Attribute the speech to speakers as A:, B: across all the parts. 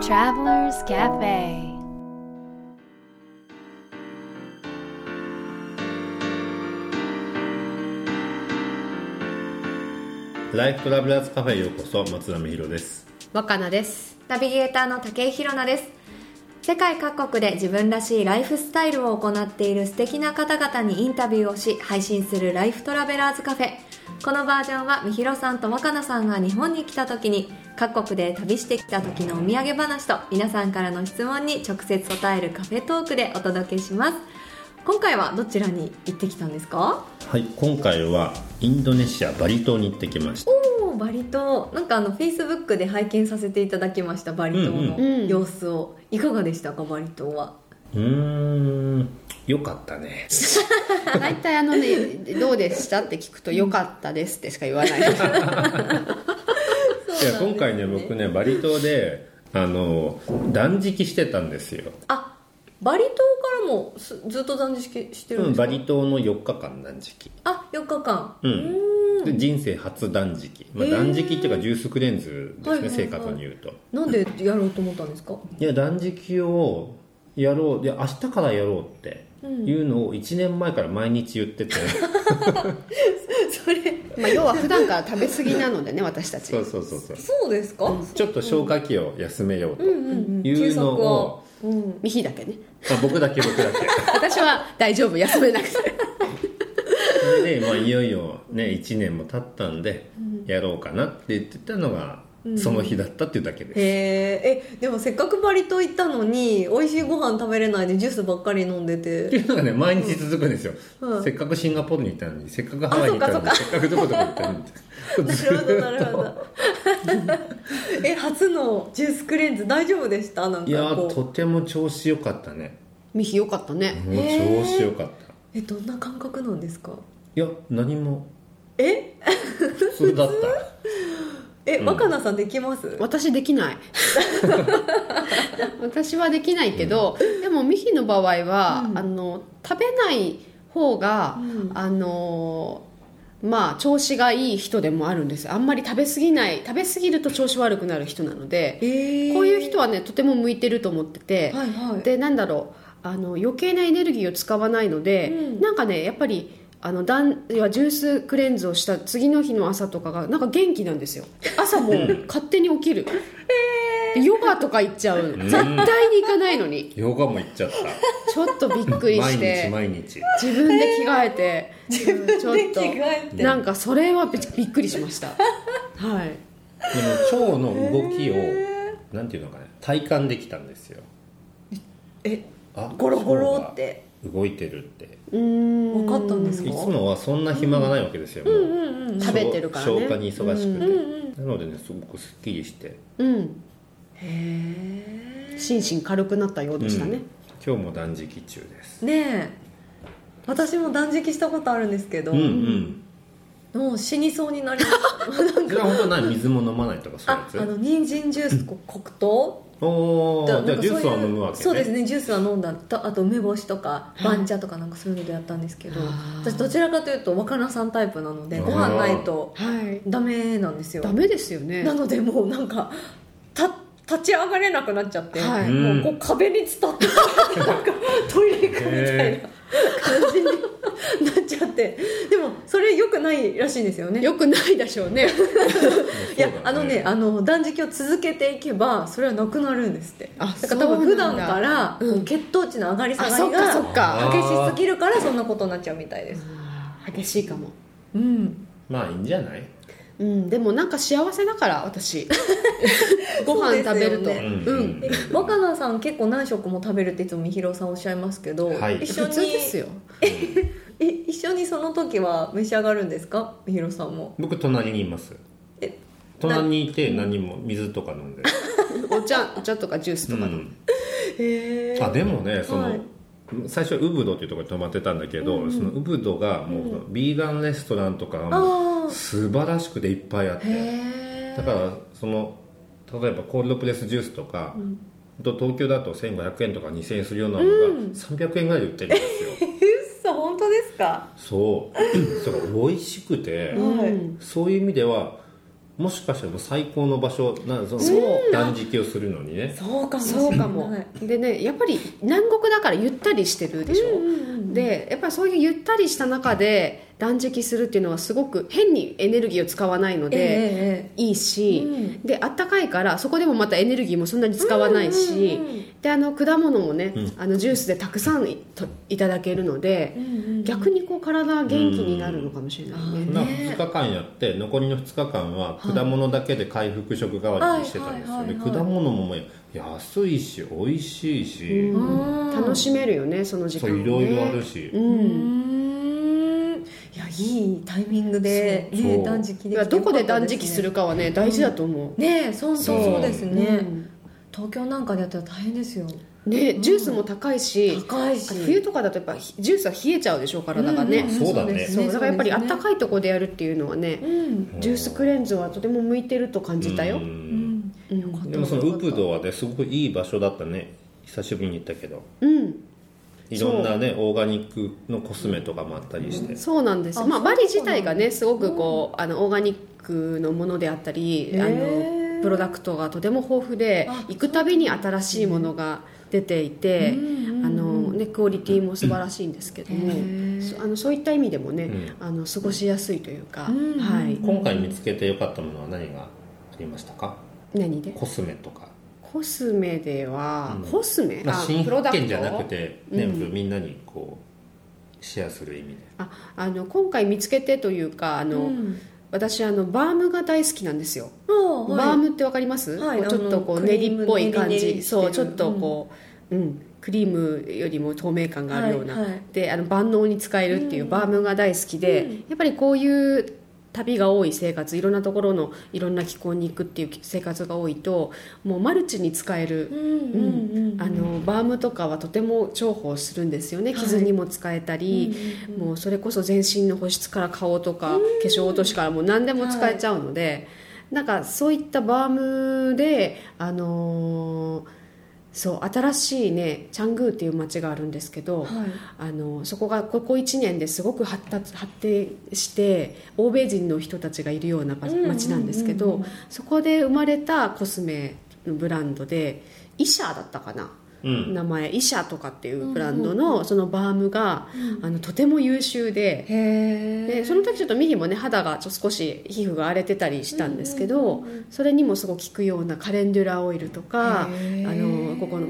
A: Travelers Cafe
B: ライフトラベラーズカフェへようこそ松並博です
C: 若菜です
D: ナビゲーターの武井宏奈です。世界各国で自分らしいライフスタイルを行っている素敵な方々にインタビューをし配信するライフトラベラーズカフェ。このバージョンはみひろさんと若菜さんが日本に来た時に各国で旅してきた時のお土産話と皆さんからの質問に直接答えるカフェトークでお届けします。今回はどちらに行ってきたんですか
B: はい今回はインドネシアバリ島に行ってきました
D: おーバリ島なんかあのフェイスブックで拝見させていただきましたバリ島
B: うん
C: う
D: の
C: ん
D: 様子を、いかがでしたかバリ島は
B: うーんよかったね
C: 大体あのね 「どうでした?」って聞くと「よかったです」ってしか言わ ない
B: いや今回ね僕ねバリ島であの断食してたんですよ、
D: あバリ島からもすずっと断食してるん
B: うん、
D: ですか、
B: バリ島の4日間断食
D: あ4日間
B: うん
D: ーん
B: で人生初断食、まあ、
D: へー
B: 断食っていうかジュースクレンズですね、
D: はいはいはい
B: 正確に言うと
D: なんでやろうと思ったん ですか
B: いや断食をやろうで明日からやろうっていうのを1年前から毎日言って て、
D: それ
C: まあ要は普段から食べ過ぎなのでね私たち
B: そうそうそうそう
D: そうですか、うん、
B: ちょっと消化器を休めようと
D: うん
B: いうのを、
D: うん
C: ミヒだけね
B: まあ、僕だけ僕だけ
C: 私は大丈夫休めなく て
B: それで、まあ、いよいよね1年も経ったんでやろうかなって言ってたのが、その日だったっていうだけです、
D: へーえでもせっかくバリ島行ったのに美味しいご飯食べれないでジュースばっかり飲んで
B: って
D: て
B: いうのがね毎日続くんですよ、
D: うん
B: せっかくシンガポールにいたのにせっかくハワイにいたのに
D: あ
B: せっかくどこどこ行ったのに
D: な
B: ず
D: るほどな
B: っ
D: るほ
B: と
D: ど え初のジュースクレンズ大丈夫でしたなん
B: いや
D: か
B: ー
D: こと
B: ても調子良かったね
C: ミヒよかったね
B: もう
D: へ
B: 調
D: ー
B: 子良かった、
D: うえどんな感覚なんですか
B: いや何も
D: え
B: 普通だった
D: え若菜さんできます、
C: 私できない 私はできないけど、でもミヒの場合は、
D: うん
C: あの食べない方が、
D: うん
C: あのまあ調子がいい人でもあるんですあんまり食べ過ぎない食べ過ぎると調子悪くなる人なので、
D: え
C: こういう人はねとても向いてると思ってて、
D: はいはい
C: でなんだろうあの余計なエネルギーを使わないので、
D: うん
C: なんかねやっぱりあのだんいやジュースクレンズをした次の日の朝とかがなんか元気なんですよ朝も勝手に起きる、でヨガとか行っちゃう絶対に行かないのに
B: ヨガも行っちゃった
C: ちょっとびっくり
B: 毎
C: し
B: 日
C: て
B: 毎日
C: 自分で着替えて、うん
D: で着替えて
C: なんかそれはびびっくりしましたはい
B: でも腸の動きを、なんていうのかね体感できたんですよ
D: え
B: あ
D: ゴロゴロって
B: 腸が動いてるって
C: うーん
D: 分かったんです
B: い
D: か
B: つもはそんな暇がないわけですよ、もう
D: うんうんうん
C: 食べてるからね
B: 消化に忙しくて、
D: うんうん
B: なのでねすごくすっきりして、
C: うん
D: へ
C: 心身軽くなったようでした
B: う
C: ね
B: ん、今日も断食中です
D: えねえ私も断食したことあるんですけど、
B: うんうん
D: もう死にそうになりました
B: それは本当は何水も飲まないとかそう いう
D: あ
B: や
D: あ
B: つ
D: の人参ジュースと黒糖
B: おおじゃ
D: と
B: あ
D: なんか
B: ジュース
D: そう
B: は
D: いう
B: 飲むわけね
D: そうですねジュースは飲んだとあと梅干しとか番茶とかなんかそういうのでやったんですけど
C: あー
D: 私どちらかというと若菜さんタイプなのでご飯ないと
C: はい
D: ダメなんですよ
C: ダメですよね
D: なのでもうなんかた立ち上がれなくなっちゃって、
C: はい
D: もうこう壁に伝ってなんかトイレ行くみたい
B: へ
D: な感じになっちゃってでもそれ良くないらしいんですよね
C: よくないでしょう ね
D: いや
B: そうだ
D: あのねあの断食を続けていけばそれはなくなるんですって
C: あ
D: だから多分普段
C: そうなんだ
D: からこ
C: う
D: うん血糖値の上がり下
C: あ
D: が
C: そ
D: り
C: っかそ
D: が
C: っか
B: あ
D: 激しすぎるからそんなことになっちゃうみたいです
C: 激しいかも
D: うん
B: まあいいんじゃない
C: うんでもなんか幸せだか ら私ご
D: そうで
C: 飯
D: すよ
C: 食
D: ね
C: べるとう,、ん
D: え若菜さん結構何食も食べるっていつもみひろさんおっしゃいますけど、
B: はい
D: 一緒
C: 普
D: に
C: 通ですよ
D: え一緒にその時は召し上がるんですかみひろさんも
B: 僕隣にいます
D: え
B: 隣にいて何も水とか飲ん で、
C: お茶お茶とかジュースとか
B: う
C: の、
B: ん
D: へえ
B: あでもねその、
D: はい
B: 最初ウブドっていうところに泊まってたんだけど、
D: うんうん
B: そのウブドがもう、ビーガンレストランとかも
D: あ
B: 素晴らしくていっぱいあっ
D: ー
B: て
D: へえ
B: だからその例えばコールドプレスジュースとか、あと東京だと1500円とか2000円するようなのが300円ぐらいで売ってるんです よ、
D: 嘘本当ですか
B: そうそれ美味しくて、
D: うん
C: うん
B: そういう意味ではもしかしたらもう最高の場所なその
C: そう
B: 断食をするのにね
D: そうかもしれな
C: そう
D: い
C: かもでねやっぱり南国だからゆったりしてるでしょ、でやっぱりそういうゆったりした中で断食するっていうのはすごく変にエネルギーを使わないの
D: ええ
C: で、
D: ええ
C: いいし、
D: うん
C: であったかいからそこでもまたエネルギーもそんなに使わないし、
D: うんうんうん
C: であの果物もね、
B: うん
C: あのジュースでたくさんいといただけるので、逆にこう体が元気になるのかもしれないね、
D: うん
B: な
D: ね
B: 2日間やって残りの2日間は果物だけで回復食代わりにしてたんですよ
D: はいはい
B: ね
D: はいはい
B: 果物ももう安いし美味しいし、
D: うん
C: 楽しめるよねその時
B: そ
C: 間
B: う
C: ね
B: いろいろあるし、
C: う
D: うんんいやいいタイミングで、
B: そう
D: ね
B: そう
D: 断食
C: い
D: で
C: や
D: きて
C: ど
D: よか
C: こ
D: った
C: です
D: ね
C: 断食するかはね大事だと思
D: ねえそうそう
B: そう
D: そうです
C: う、
D: ね、東京なんかでやったら大変ですよ
C: うんねジュースも高いし、
D: 高い
C: あ
D: し
C: と冬とかだとやっぱジュースは冷えちゃうでしょ体がね、
B: んそうだね
C: そうだからやっぱりあった
D: い、
C: かいとこでやるっていうのはね
D: うん
C: ジュースクレンズはとても向いてると感じたよ
B: う、
D: うんん、
C: うん
B: でもそのウプドはねすごくいい場所だったね久しぶりに行ったけど
C: うん
B: いろんなねオーガニックのコスメとかもあったりして、
C: そうなんです、
D: あ
C: まあ、
D: そう
C: バリ自体がねすごくこうあのオーガニックのものであったり
D: へ
C: あ
D: ー
C: のプロダクトがとても豊富で
D: あ
C: 行くたびに新しいものが出ていて
D: うんうんうん
C: あの、ね、クオリティも素晴らしいんですけども
D: へー
C: そあのそういった意味でもね、
B: うん
C: あの過ごしやすいというか、
D: うんうん
C: はい、
B: 今回見つけてよかったものは何がありましたか
C: 何で
B: コスメとか、
C: コスメでは、
B: うん
C: コスメ
B: まあ、新
C: プロダ
B: 発
C: クト
B: 見じゃなくて
C: うん
B: 全部みんなにこうシェアする意味で、
C: ああの今回見つけてというかあの、
D: うん
C: 私あのバームが大好きなんですよ
D: もう
C: バー
D: ム
C: ムってわかります、
D: はい
C: こうちょっとこ
D: あ
C: う
D: の
C: 練りっぽい感
D: クリーム練り練
C: じ、
D: りしてる
C: そうちょっとこう、うんクリームよりも透明感があるような、
D: はいはい
C: であの万能に使えるっていうバームが大好きで、
D: うん
C: やっぱりこういう旅が多い生活いろんなところのいろんな気候に行くっていう生活が多いともうマルチに使える、
D: うんうんうんうん
C: あのバームとかはとても重宝するんですよね
D: はい
C: 傷にも使えたり、
D: うん
C: もうそれこそ全身の保湿から顔とか、化粧落としからもう何でも使えちゃうので、なんかそういったバームであのーそう新しいねチャングーっていう街があるんですけど、
D: はい
C: あのそこがここ1年ですごく発達発展して欧米人の人たちがいるような場
D: うんうんうん
C: 街なんですけど、そこで生まれたコスメのブランドでイシャーだったかな、
B: うん
C: 名前イシャーとかっていうブランドのそのバームが、
D: う
C: あのとても優秀で。
D: へえ
C: でその時ちょっとミヒもね肌がちょっと少し皮膚が荒れてたりしたんですけ
D: う
C: ど、
D: んうんうんうん
C: それにもすごく効くようなカレンデュラオイルとかあ
D: へー
C: のここの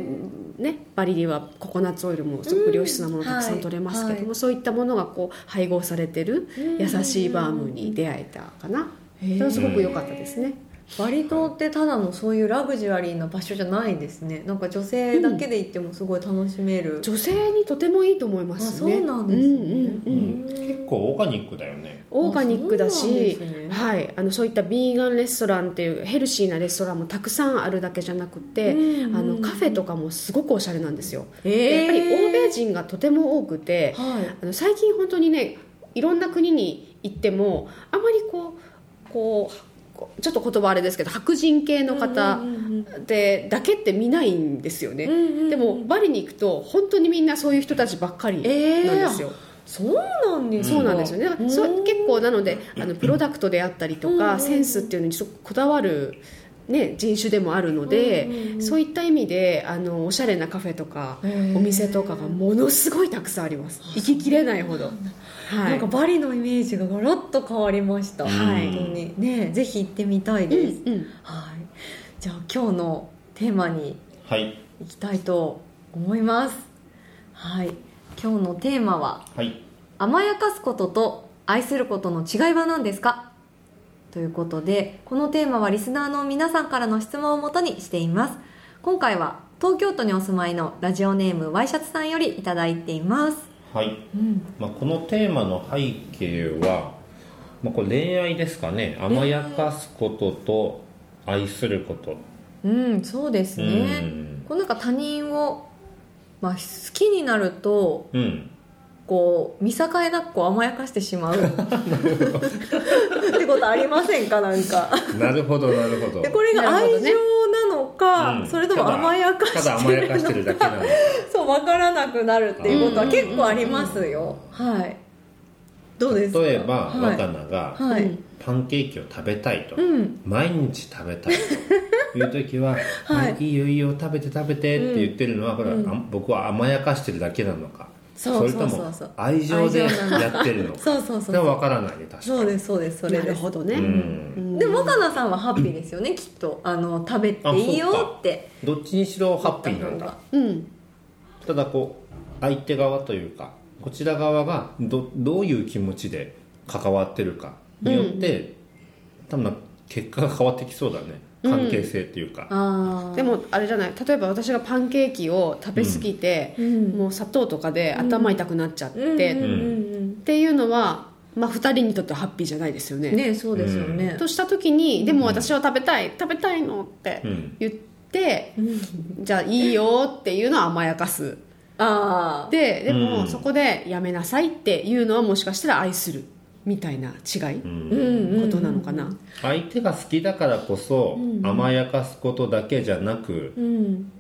C: ねバリではココナッツオイルもすごく良質なものたくさん取れますけども、
D: はいは
C: そういったものがこう配合されてる
D: うん
C: 優しいバームに出会えたかな、
D: へー
C: それはすごく良かったですね。
D: バリ島ってただのそういうラグジュアリーな場所じゃないですねなんか女性だけで行ってもすごい楽しめる、
C: 女性にとてもいいと思いますね。
D: あそうなんですね
C: うんうんうん
B: 結構オーガニックだよね
C: オーガニックだ
D: そうなんで
C: し、
D: すね
C: はい、あのそういったビーガンレストランっていうヘルシーなレストランもたくさんあるだけじゃなくて、
D: うんうん
C: あのカフェとかもすごくおしゃれなんですよ、
D: え
C: で
D: ー
C: やっぱり欧米人がとても多くて
D: はい
C: あの最近本当にねいろんな国に行ってもあまりこうこうこうちょっと言葉あれですけど白人系の方
D: うんうん
C: でだけって見ないんですよね、
D: うんうんうん
C: でもバリに行くと本当にみんなそういう人たちばっかりなんですよ、
D: そうなんですか
C: そうなんですよね、だからそう
D: うん
C: 結構なのであのプロダクトであったりと
D: うんうんう
C: か、
D: ん
C: センスっていうのにすごくこだわる、ね、人種でもあるので、
D: うんうんうん
C: そういった意味であのおしゃれなカフェとか
D: へー
C: お店とかがものすごいたくさんあります行ききれないほど、は
D: なん
C: い
D: かバリのイメージがガラッと変わりました、
B: はい
D: 本当にねぜひ行ってみたいです、
C: うんうん、
D: はいじゃあ今日のテーマに
B: はい
D: 行きたいと思いますはい今日のテーマは
B: はい
D: 甘やかすことと愛することの違いは何ですかということでこのテーマはリスナーの皆さんからの質問をもとにしています今回は東京都にお住まいのラジオネームワイシャツさんよりいただいています
B: はい
D: うん
B: まあ、このテーマの背景は、まあ、これ恋愛ですかね甘やかすことと愛すること、
D: うんそうです
B: う
D: ね
B: ん
D: こうなんか他人を、まあ、好きになると
B: うん
D: こう見境なくこう甘やかしてし まうってことありませんかなんか
B: なるほどなるほど
D: でこれが
C: なる
D: 愛
C: ほど
D: 情
C: ね
D: なのか
B: うん
D: それとも甘やか
B: ただ
D: して
B: 甘や
D: る
B: かしてる だけなの
D: そう分からなくなるっていうことは結構ありますよ、はいどうですか
B: 例えば、
D: はい
B: 若菜が、
D: はい、
C: うん
B: パンケーキを食べたいと、
D: うん
B: 毎日食べたいという時は「
D: はい
B: あいいよいいよ食べて食べて」って言ってるのは、これは
D: うん
B: あ僕は甘やかしてるだけなのか
D: そう
B: れと
D: そうそ
B: も
D: うそう
B: 愛情で
D: 愛情なの
B: やってるのか
D: そうそう
B: そ
D: そ
B: れは
D: う
B: 分からないね確かに
D: そうですそうですそれ
C: な
D: で
C: る
D: す
C: ほどね、
B: うん
C: うん
D: で若菜さんはハッピーですよねきっとあの食べていい
B: あそうか
D: よって
B: どっちにしろハッピーなんだ
C: うん
B: ただこう相手側というかこちら側がどどういう気持ちで関わってるかによって、多分な結果が変わってきそうだね関係性っていうか、
D: ああ
C: でもあれじゃない例えば私がパンケーキを食べ過ぎて、
D: うん
C: もう砂糖とかで頭痛くなっちゃって、
D: うんう
C: っ
D: んうん
C: ていうのは、まあ、2人にとってはハッピーじゃないですよ
D: う
C: ね
D: んねそうですよね
C: とした時に「でも私は食べたい食べたいの」って
B: うん
C: 言って、じゃあいいよっていうのは甘やかす
D: ああ
C: でで
B: う
C: も
B: ん
C: そこでやめなさいっていうのはもしかしたら愛するみたいな違い、
B: うん
D: うん
C: ことなのかな、
B: 相手が好きだからこそ甘やかすことだけじゃなく、
D: うん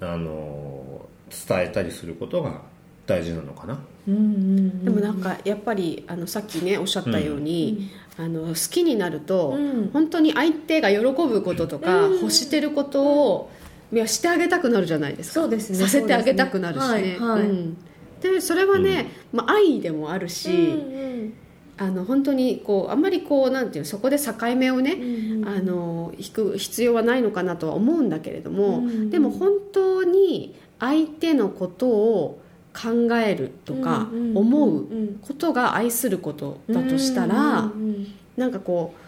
B: あのー伝えたりすることが大事なのかな
D: うんうん
C: でもなんかやっぱりあのさっきねおっしゃったように、あの好きになると、
D: うん
C: 本当に相手が喜ぶこととか、欲してることをいやしてあげたくなるじゃないですか
D: そうですね
C: させてあげたくなるしね
D: そうですねはいはい
C: うんでそれはね、まあ、愛でもある
D: う
C: し、
D: ん
C: あの本当にこうあんまりこうなんていうのそこで境目をね、
D: うん
C: あの引く必要はないのかなとは思うんだけれども、
D: うん
C: でも本当に相手のことを考えるとか
D: うんうん
C: 思
D: う
C: うんことが愛すること
D: うん
C: だとしたら、
D: うんうん
C: なんかこう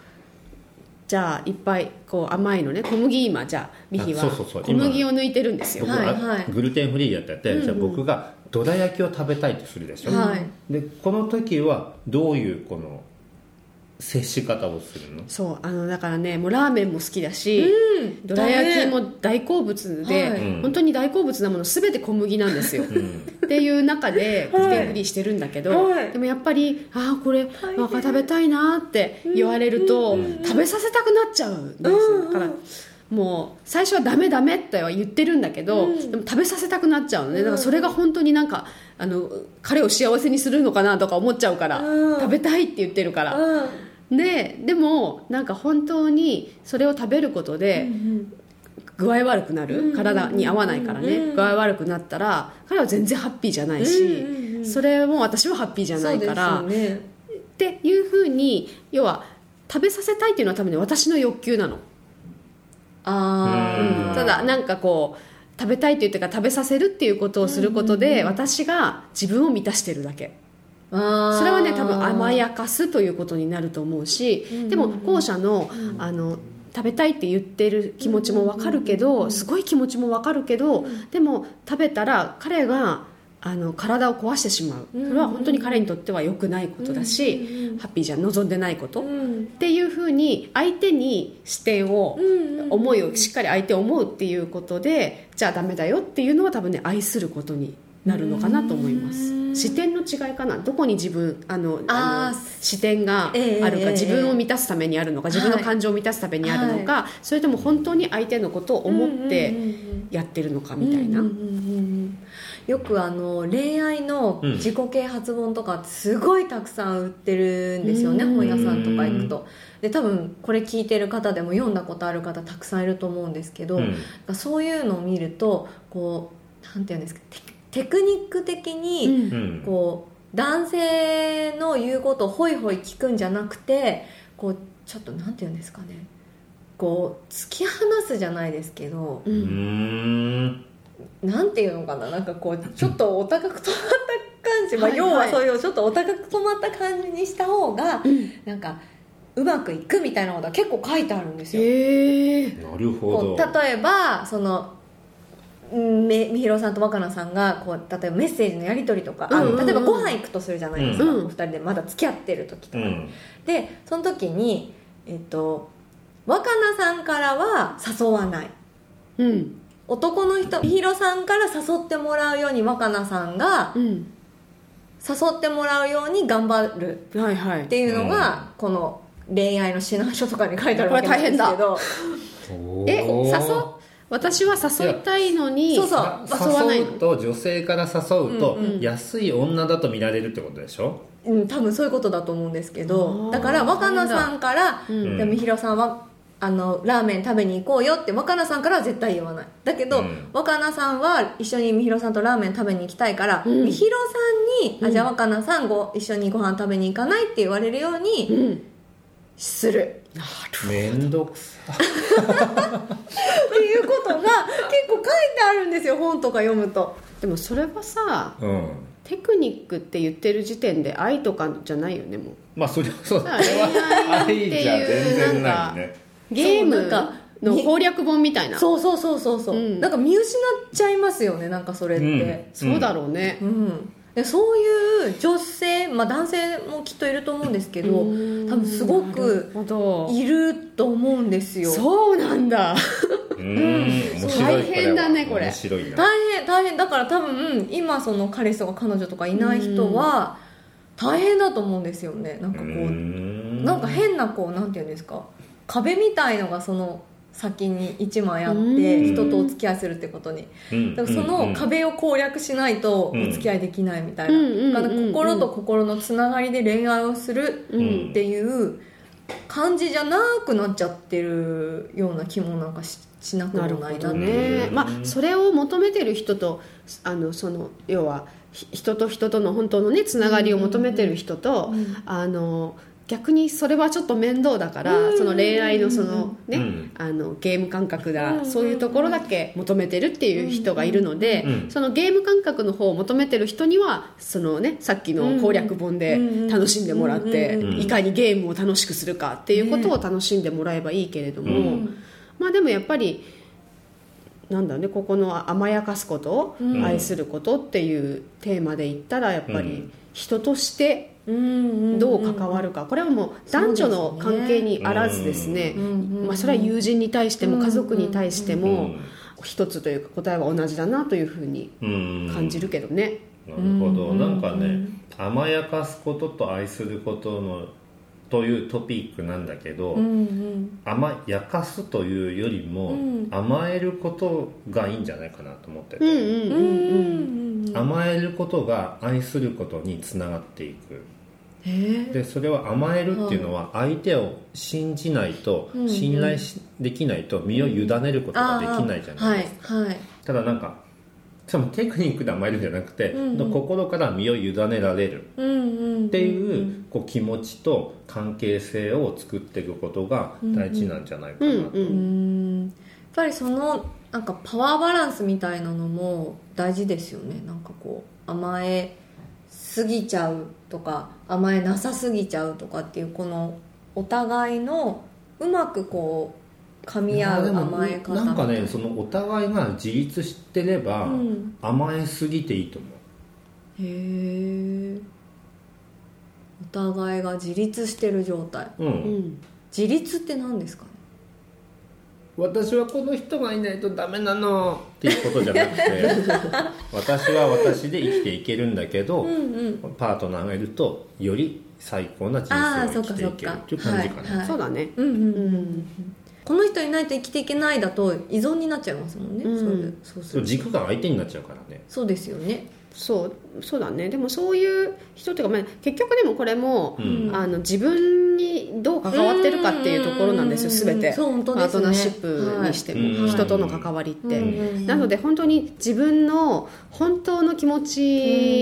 C: じゃあいっぱいこう甘いのね小麦今じゃあミヒは
B: あそうそうそう
C: 小麦を抜いてるんですよ
B: 僕、
D: はい
B: あグルテンフリーやってて、じゃあ僕がどら焼きを食べたいとするでしょ、
D: はい
B: でこの時はどういうこの接し方をするの
C: そうあのだからねもうラーメンも好きだし、
D: うん
C: どら焼きも大好物で、
D: はい
B: うん
C: 本当に大好物なもの全て小麦なんですよ、
B: ん
C: っていう中でグリグリしてるんだけど、
D: はい
C: でもやっぱりああこれあー食べたいなーって言われると、食べさせたくなっちゃうんですよ、だからもう最初はダメダメっては言ってるんだけど、でも食べさせたくなっちゃうのねだからそれが本当になんかあの彼を幸せにするのかなとか思っちゃうから、
D: うん
C: 食べたいって言ってるから、
D: うん
C: ででもなんか本当にそれを食べることで具合悪くなる、体に合わないからね、具合悪くなったら彼は全然ハッピーじゃないし、
D: うんうんうん
C: それも私はハッピーじゃないから、
D: そうですよね
C: っていうふうに要は食べさせたいっていうのは多分ね私の欲求なの、
D: ああ
C: ただなんかこう食べたいって言ってから食べさせるっていうことをすることで、私が自分を満たしてるだけ。そ
D: そ
C: れはね多分甘やかすということになると思うし、でも後者の,、あの食べたいって言ってる気持ちもわかるけど、すごい気持ちもわかるけど、でも食べたら彼があの体を壊してしまうそれは本当に彼にとっては良くないことだし、ハッピーじゃん望んでないこと、
D: うん
C: っていうふうに相手に視点を、
D: うん
C: 思いをしっかり相手を思うっていうことでじゃあダメだよっていうのは多分ね愛することになるのかなと思います視点の違いかなどこに自分あのあ
D: あー
C: の視点があるか、
D: ええ
C: 自分を満たすためにあるのか自分の感情を満たすためにあるのか、それとも本当に相手のことを思っ
D: うんうん
C: て
D: うんうん
C: やってるのかみたいな、
D: うんうんうんうんよくあの恋愛の
B: うん
D: 自己啓発本とかってすごいたくさん売ってるんですよね、
C: うん
D: 本屋さんとか行くとで多分これ聞いてる方でも読んだことある方たくさんいると思うんですけど、
B: うん
D: そういうのを見るとこうなんていうんですかテテクニック的に、
C: うん
B: うん
D: こう男性の言うことをホイホイ聞くんじゃなくてこうちょっとなんて言うんですかねこう突き放すじゃないですけど
B: うーん
D: なんていうのかななんかこうちょっとお高く止まった感じ、まあ、
C: はい
D: 要
C: は
D: はいそういうちょっとお高く止まった感じにした方がなんかうまくいくみたいなことが結構書いてあるんですよ。
C: ええ
B: なる
D: こ
B: ほど
D: う例えばそのうんめみひろさんと若菜さんがこう例えばメッセージのやり取りとか、あ
C: うんうんうん
D: 例えばご飯行くとするじゃないですか、
C: うん
D: お二人でまだ付き合ってる時と
B: う
D: か、
B: ん
D: でその時に、えっと、若菜さんからは誘わない
C: うん
D: 男の人みひろさんから誘ってもらうように若菜さんが
C: うん
D: 誘ってもらうように頑張る
C: はいは
D: っ
C: い
D: ていうのが、この恋愛の指南書とかに書いてあるわけなんですけど
B: おー
C: え誘私は誘いたいのに
D: そうそう
B: さ
C: 誘わない
B: 誘うと女性から誘うと安い女だと見られるってことでしょ
D: うん、多分そういうことだと思うんですけ
C: あ
D: ど
C: ー
D: だから若菜さんから「
C: うん
D: でみひろさんはあのラーメン食べに行こうよ」って若菜さんからは絶対言わないだけど、
B: うん
D: 若菜さんは一緒にみひろさんとラーメン食べに行きたいから、
C: うん
D: みひろさんに、
C: う
D: あ「
C: ん
D: じゃあ若菜さんご一緒にご飯食べに行かない?」って言われるよう
C: う
D: に
C: ん
D: する、
B: めんどくさ
D: っていうことが結構書 いてあるんですよ本とか読むと。
C: でもそれはさ
B: うん
C: テクニックって言ってる時点で愛とかじゃないよねもう
B: まあそれはそう
C: だ
B: だ
C: から
B: れ
C: 恋愛
B: は
C: って
B: 愛
C: いう
B: じゃ全然ない
C: なん
B: ね
C: ゲー
D: そ
C: ム
D: うなんか
C: の攻略本みたいなそう
D: そうそうそうそうそう、
C: うん
D: なんか見失っちゃいますよねなんかそれって。
B: うん
C: だろうね
D: う、ん、でそういう女性、まあ、男性もきっといると思うんですけど
C: うん
D: 多分すごく
C: なるほど
D: いると思うんですよ
C: そうなんだ
B: うん面白い
C: 大変だねこれ
B: 面白いな
D: 大変大変だから多分今その彼氏とか彼女とかいない人は大変だと思うんですよねなんかこうなんか変なこうなんて言うんですか壁みたいのがその先に一枚あっ
C: う
D: て
B: ん
D: 人とお付き合いするってことに
B: 変
D: だからその壁を攻略しないとお
B: うん
D: 付き合いできないみたい
C: うんうんうん
D: なだから心と心のつながりで恋愛をする
C: うん、
B: うん
D: っていう感じじゃなくなっちゃってるような気もなんかししなくも
C: なる
D: な
C: ほ
D: いな
C: ど
D: って
C: ね
B: うん
C: まあそれを求めてる人とあのその要はひ人と人との本当のねつながりを求めてる人と、
D: うん
C: あの逆にそれはちょっと面倒だから、
D: うん
C: その恋愛のそのね、
B: うん
C: あのゲーム感覚だ、
D: うん
C: そういうところだけ求めてるっていう人がいるので、
B: うん
C: そのゲーム感覚の方を求めてる人にはそのねさっきの攻略本で
D: うん
C: 楽しんでもらって、
D: うん
C: いかにゲームを楽しくするかっていうことを楽しんでもらえばいいけれども、
B: うん
C: まあでもやっぱりなんだろうねここの甘やかすこと、
D: うん
C: 愛することっていうテーマで言ったらやっぱ
B: う
C: り
B: ん
C: 人として
D: うん
C: どう関わるかこれはもう男女の関係にあらずですね
D: うんうん
C: まあ、それは友人に対して
D: う
C: も
D: ん
C: 家族に対して
B: う
C: も
B: ん
C: 一つというか答えは同じだなというふうに感じるけどね、
B: なるほど、
D: うん
B: なんかね、
D: うん
B: 甘やかすことと愛することのというトピックなんだけど、
D: うんうん
B: 甘やかすというよりも、
D: うん
B: 甘えることがいいんじゃないかなと思って
C: うん、う
B: て、
C: ん
D: うんう
C: う
D: んう
C: んうん
D: んうん
B: 甘えることが愛することにつながっていく
D: えー
B: でそれは甘えるっていうのは相手を信じないと、
D: うん
B: 信頼しできないと身を委ねることができないじゃないですか、
D: あーはいはい
B: ただなんかしかもテクニックで甘えるんじゃなくて、
D: うんうん
B: 心から身を委ねられる
D: うんうん
B: っていう,、
D: ん
B: こう気持ちと関係性を作っていくことが大事なんじゃないかなと、
C: うんうん
D: うんやっぱりそのなんかパワーバランスみたいなのも大事ですよねなんかこう甘えすぎちゃうとか甘えなさすぎちゃうとかっていうこのお互いのうまくこう噛み合う甘え方
B: なんかねそのお互いが自立してれば、
D: うん
B: 甘えすぎていいと思う
D: へえお互いが自立してる状態
B: うん、
C: うん
D: 自立って何ですかね
B: 私はこの人がいないとダメなのっていうことじゃなく て私は私で生きていけるんだけど、
D: うんうん
B: パートナーがいるとより最高な人
D: ああ
B: 生
D: そ
B: を
D: っ
B: 生き
D: か
B: て
D: そ
B: い
D: っ
B: ける
D: か
B: っていう感じかな、
D: はいはい
C: そうだね
D: うんうんうん、
C: う
D: うん、この人いないと生きていけないだと依存になっちゃいますもんね、
C: うん
D: そういうそうす
B: そう
D: る
B: 軸が相手になっちゃうからね
D: そうですよね
C: そうそうだねでもそういう人っていうか、まあ、結局でもこれも、
B: うん
C: あの自分にどう関わってるかっていうところなんですよ
D: うんうんうん
C: 全て
D: そう本当
C: パ
D: で
C: ー
D: す
C: ト
D: ね
C: ナーシップにしても、
B: はい
C: 人との関わりって、
B: うん
C: なの
D: で
C: で本当に自分の本当の気持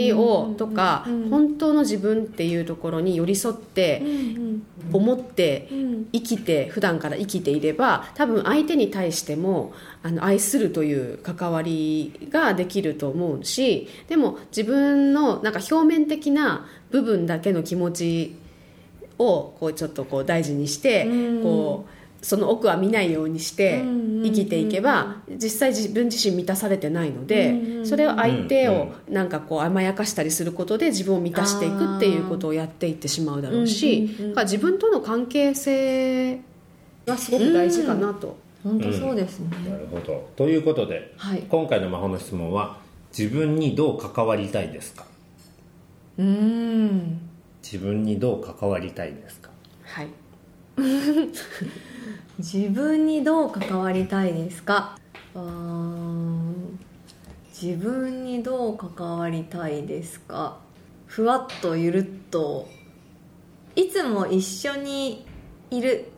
C: ちをとか
D: うん
C: 本当の自分っていうところに寄り添って
D: うん
C: 思って
D: うんうん
C: 生きて普段から生きていれば多分相手に対してもあの愛するという関わりができると思うしでも自分のなんか表面的な部分だけの気持ちをこうちょっとこう大事にして、
D: うん
C: こうその奥は見ないようにして
D: うん
C: 生きていけば実際自分自身満たされてないので
D: うん
C: それを相手をなんかこう甘やかしたりすることで自分を満たしていくっていうことをやっていってしまうだろう
D: う
C: し
D: んうんうん
C: だから自分との関係性がすごく大事かなと。
D: 本当そうですね、
B: なるほどということで
D: はい
B: 今回の魔法の質問は自分にどう関わりたいですか
D: うん
B: 自分にどう関わりたいですか
C: はい
D: 自分にどう関わりたいですかあー自分にどう関わりたいですかふわっとゆるっといつも一緒にいる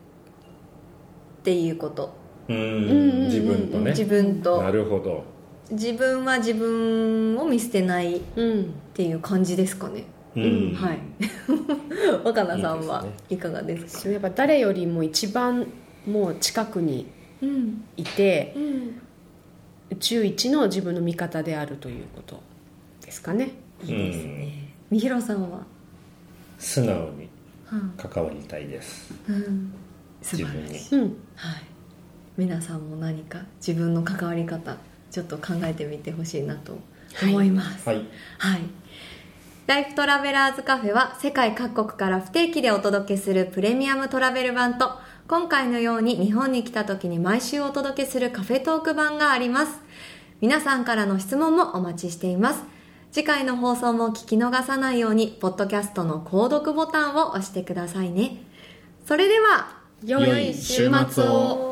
D: っていうこと、
B: うん
C: うんうん
B: 自分とね
D: 自分
B: な
D: と
B: るほど
D: 自分は自分を見捨てないっ
C: うん
D: ていう感じですかね、
B: うん
D: はい若菜さんはい
B: いで
D: いかがですか
C: そうやっぱ誰よりも一番もう近くに
D: うん
C: いて
D: うん
C: 宇宙一の自分の味方であるということですかね
D: いいですねみひろさんは、
B: 素直に
D: うん
B: 関わりたいです
D: うん、素晴
B: 自
D: らしい
B: 分に
C: うん
D: はい、皆さんも何か自分の関わり方ちょっと考えてみてほしいなと思います、
B: はい
D: はいライフトラベラーズカフェは世界各国から不定期でお届けするプレミアムトラベル版と今回のように日本に来た時に毎週お届けするカフェトーク版があります皆さんからの質問もお待ちしています次回の放送も聞き逃さないようにポッドキャストの購読ボタンを押してくださいねそれでは
C: 良
B: 良い週末を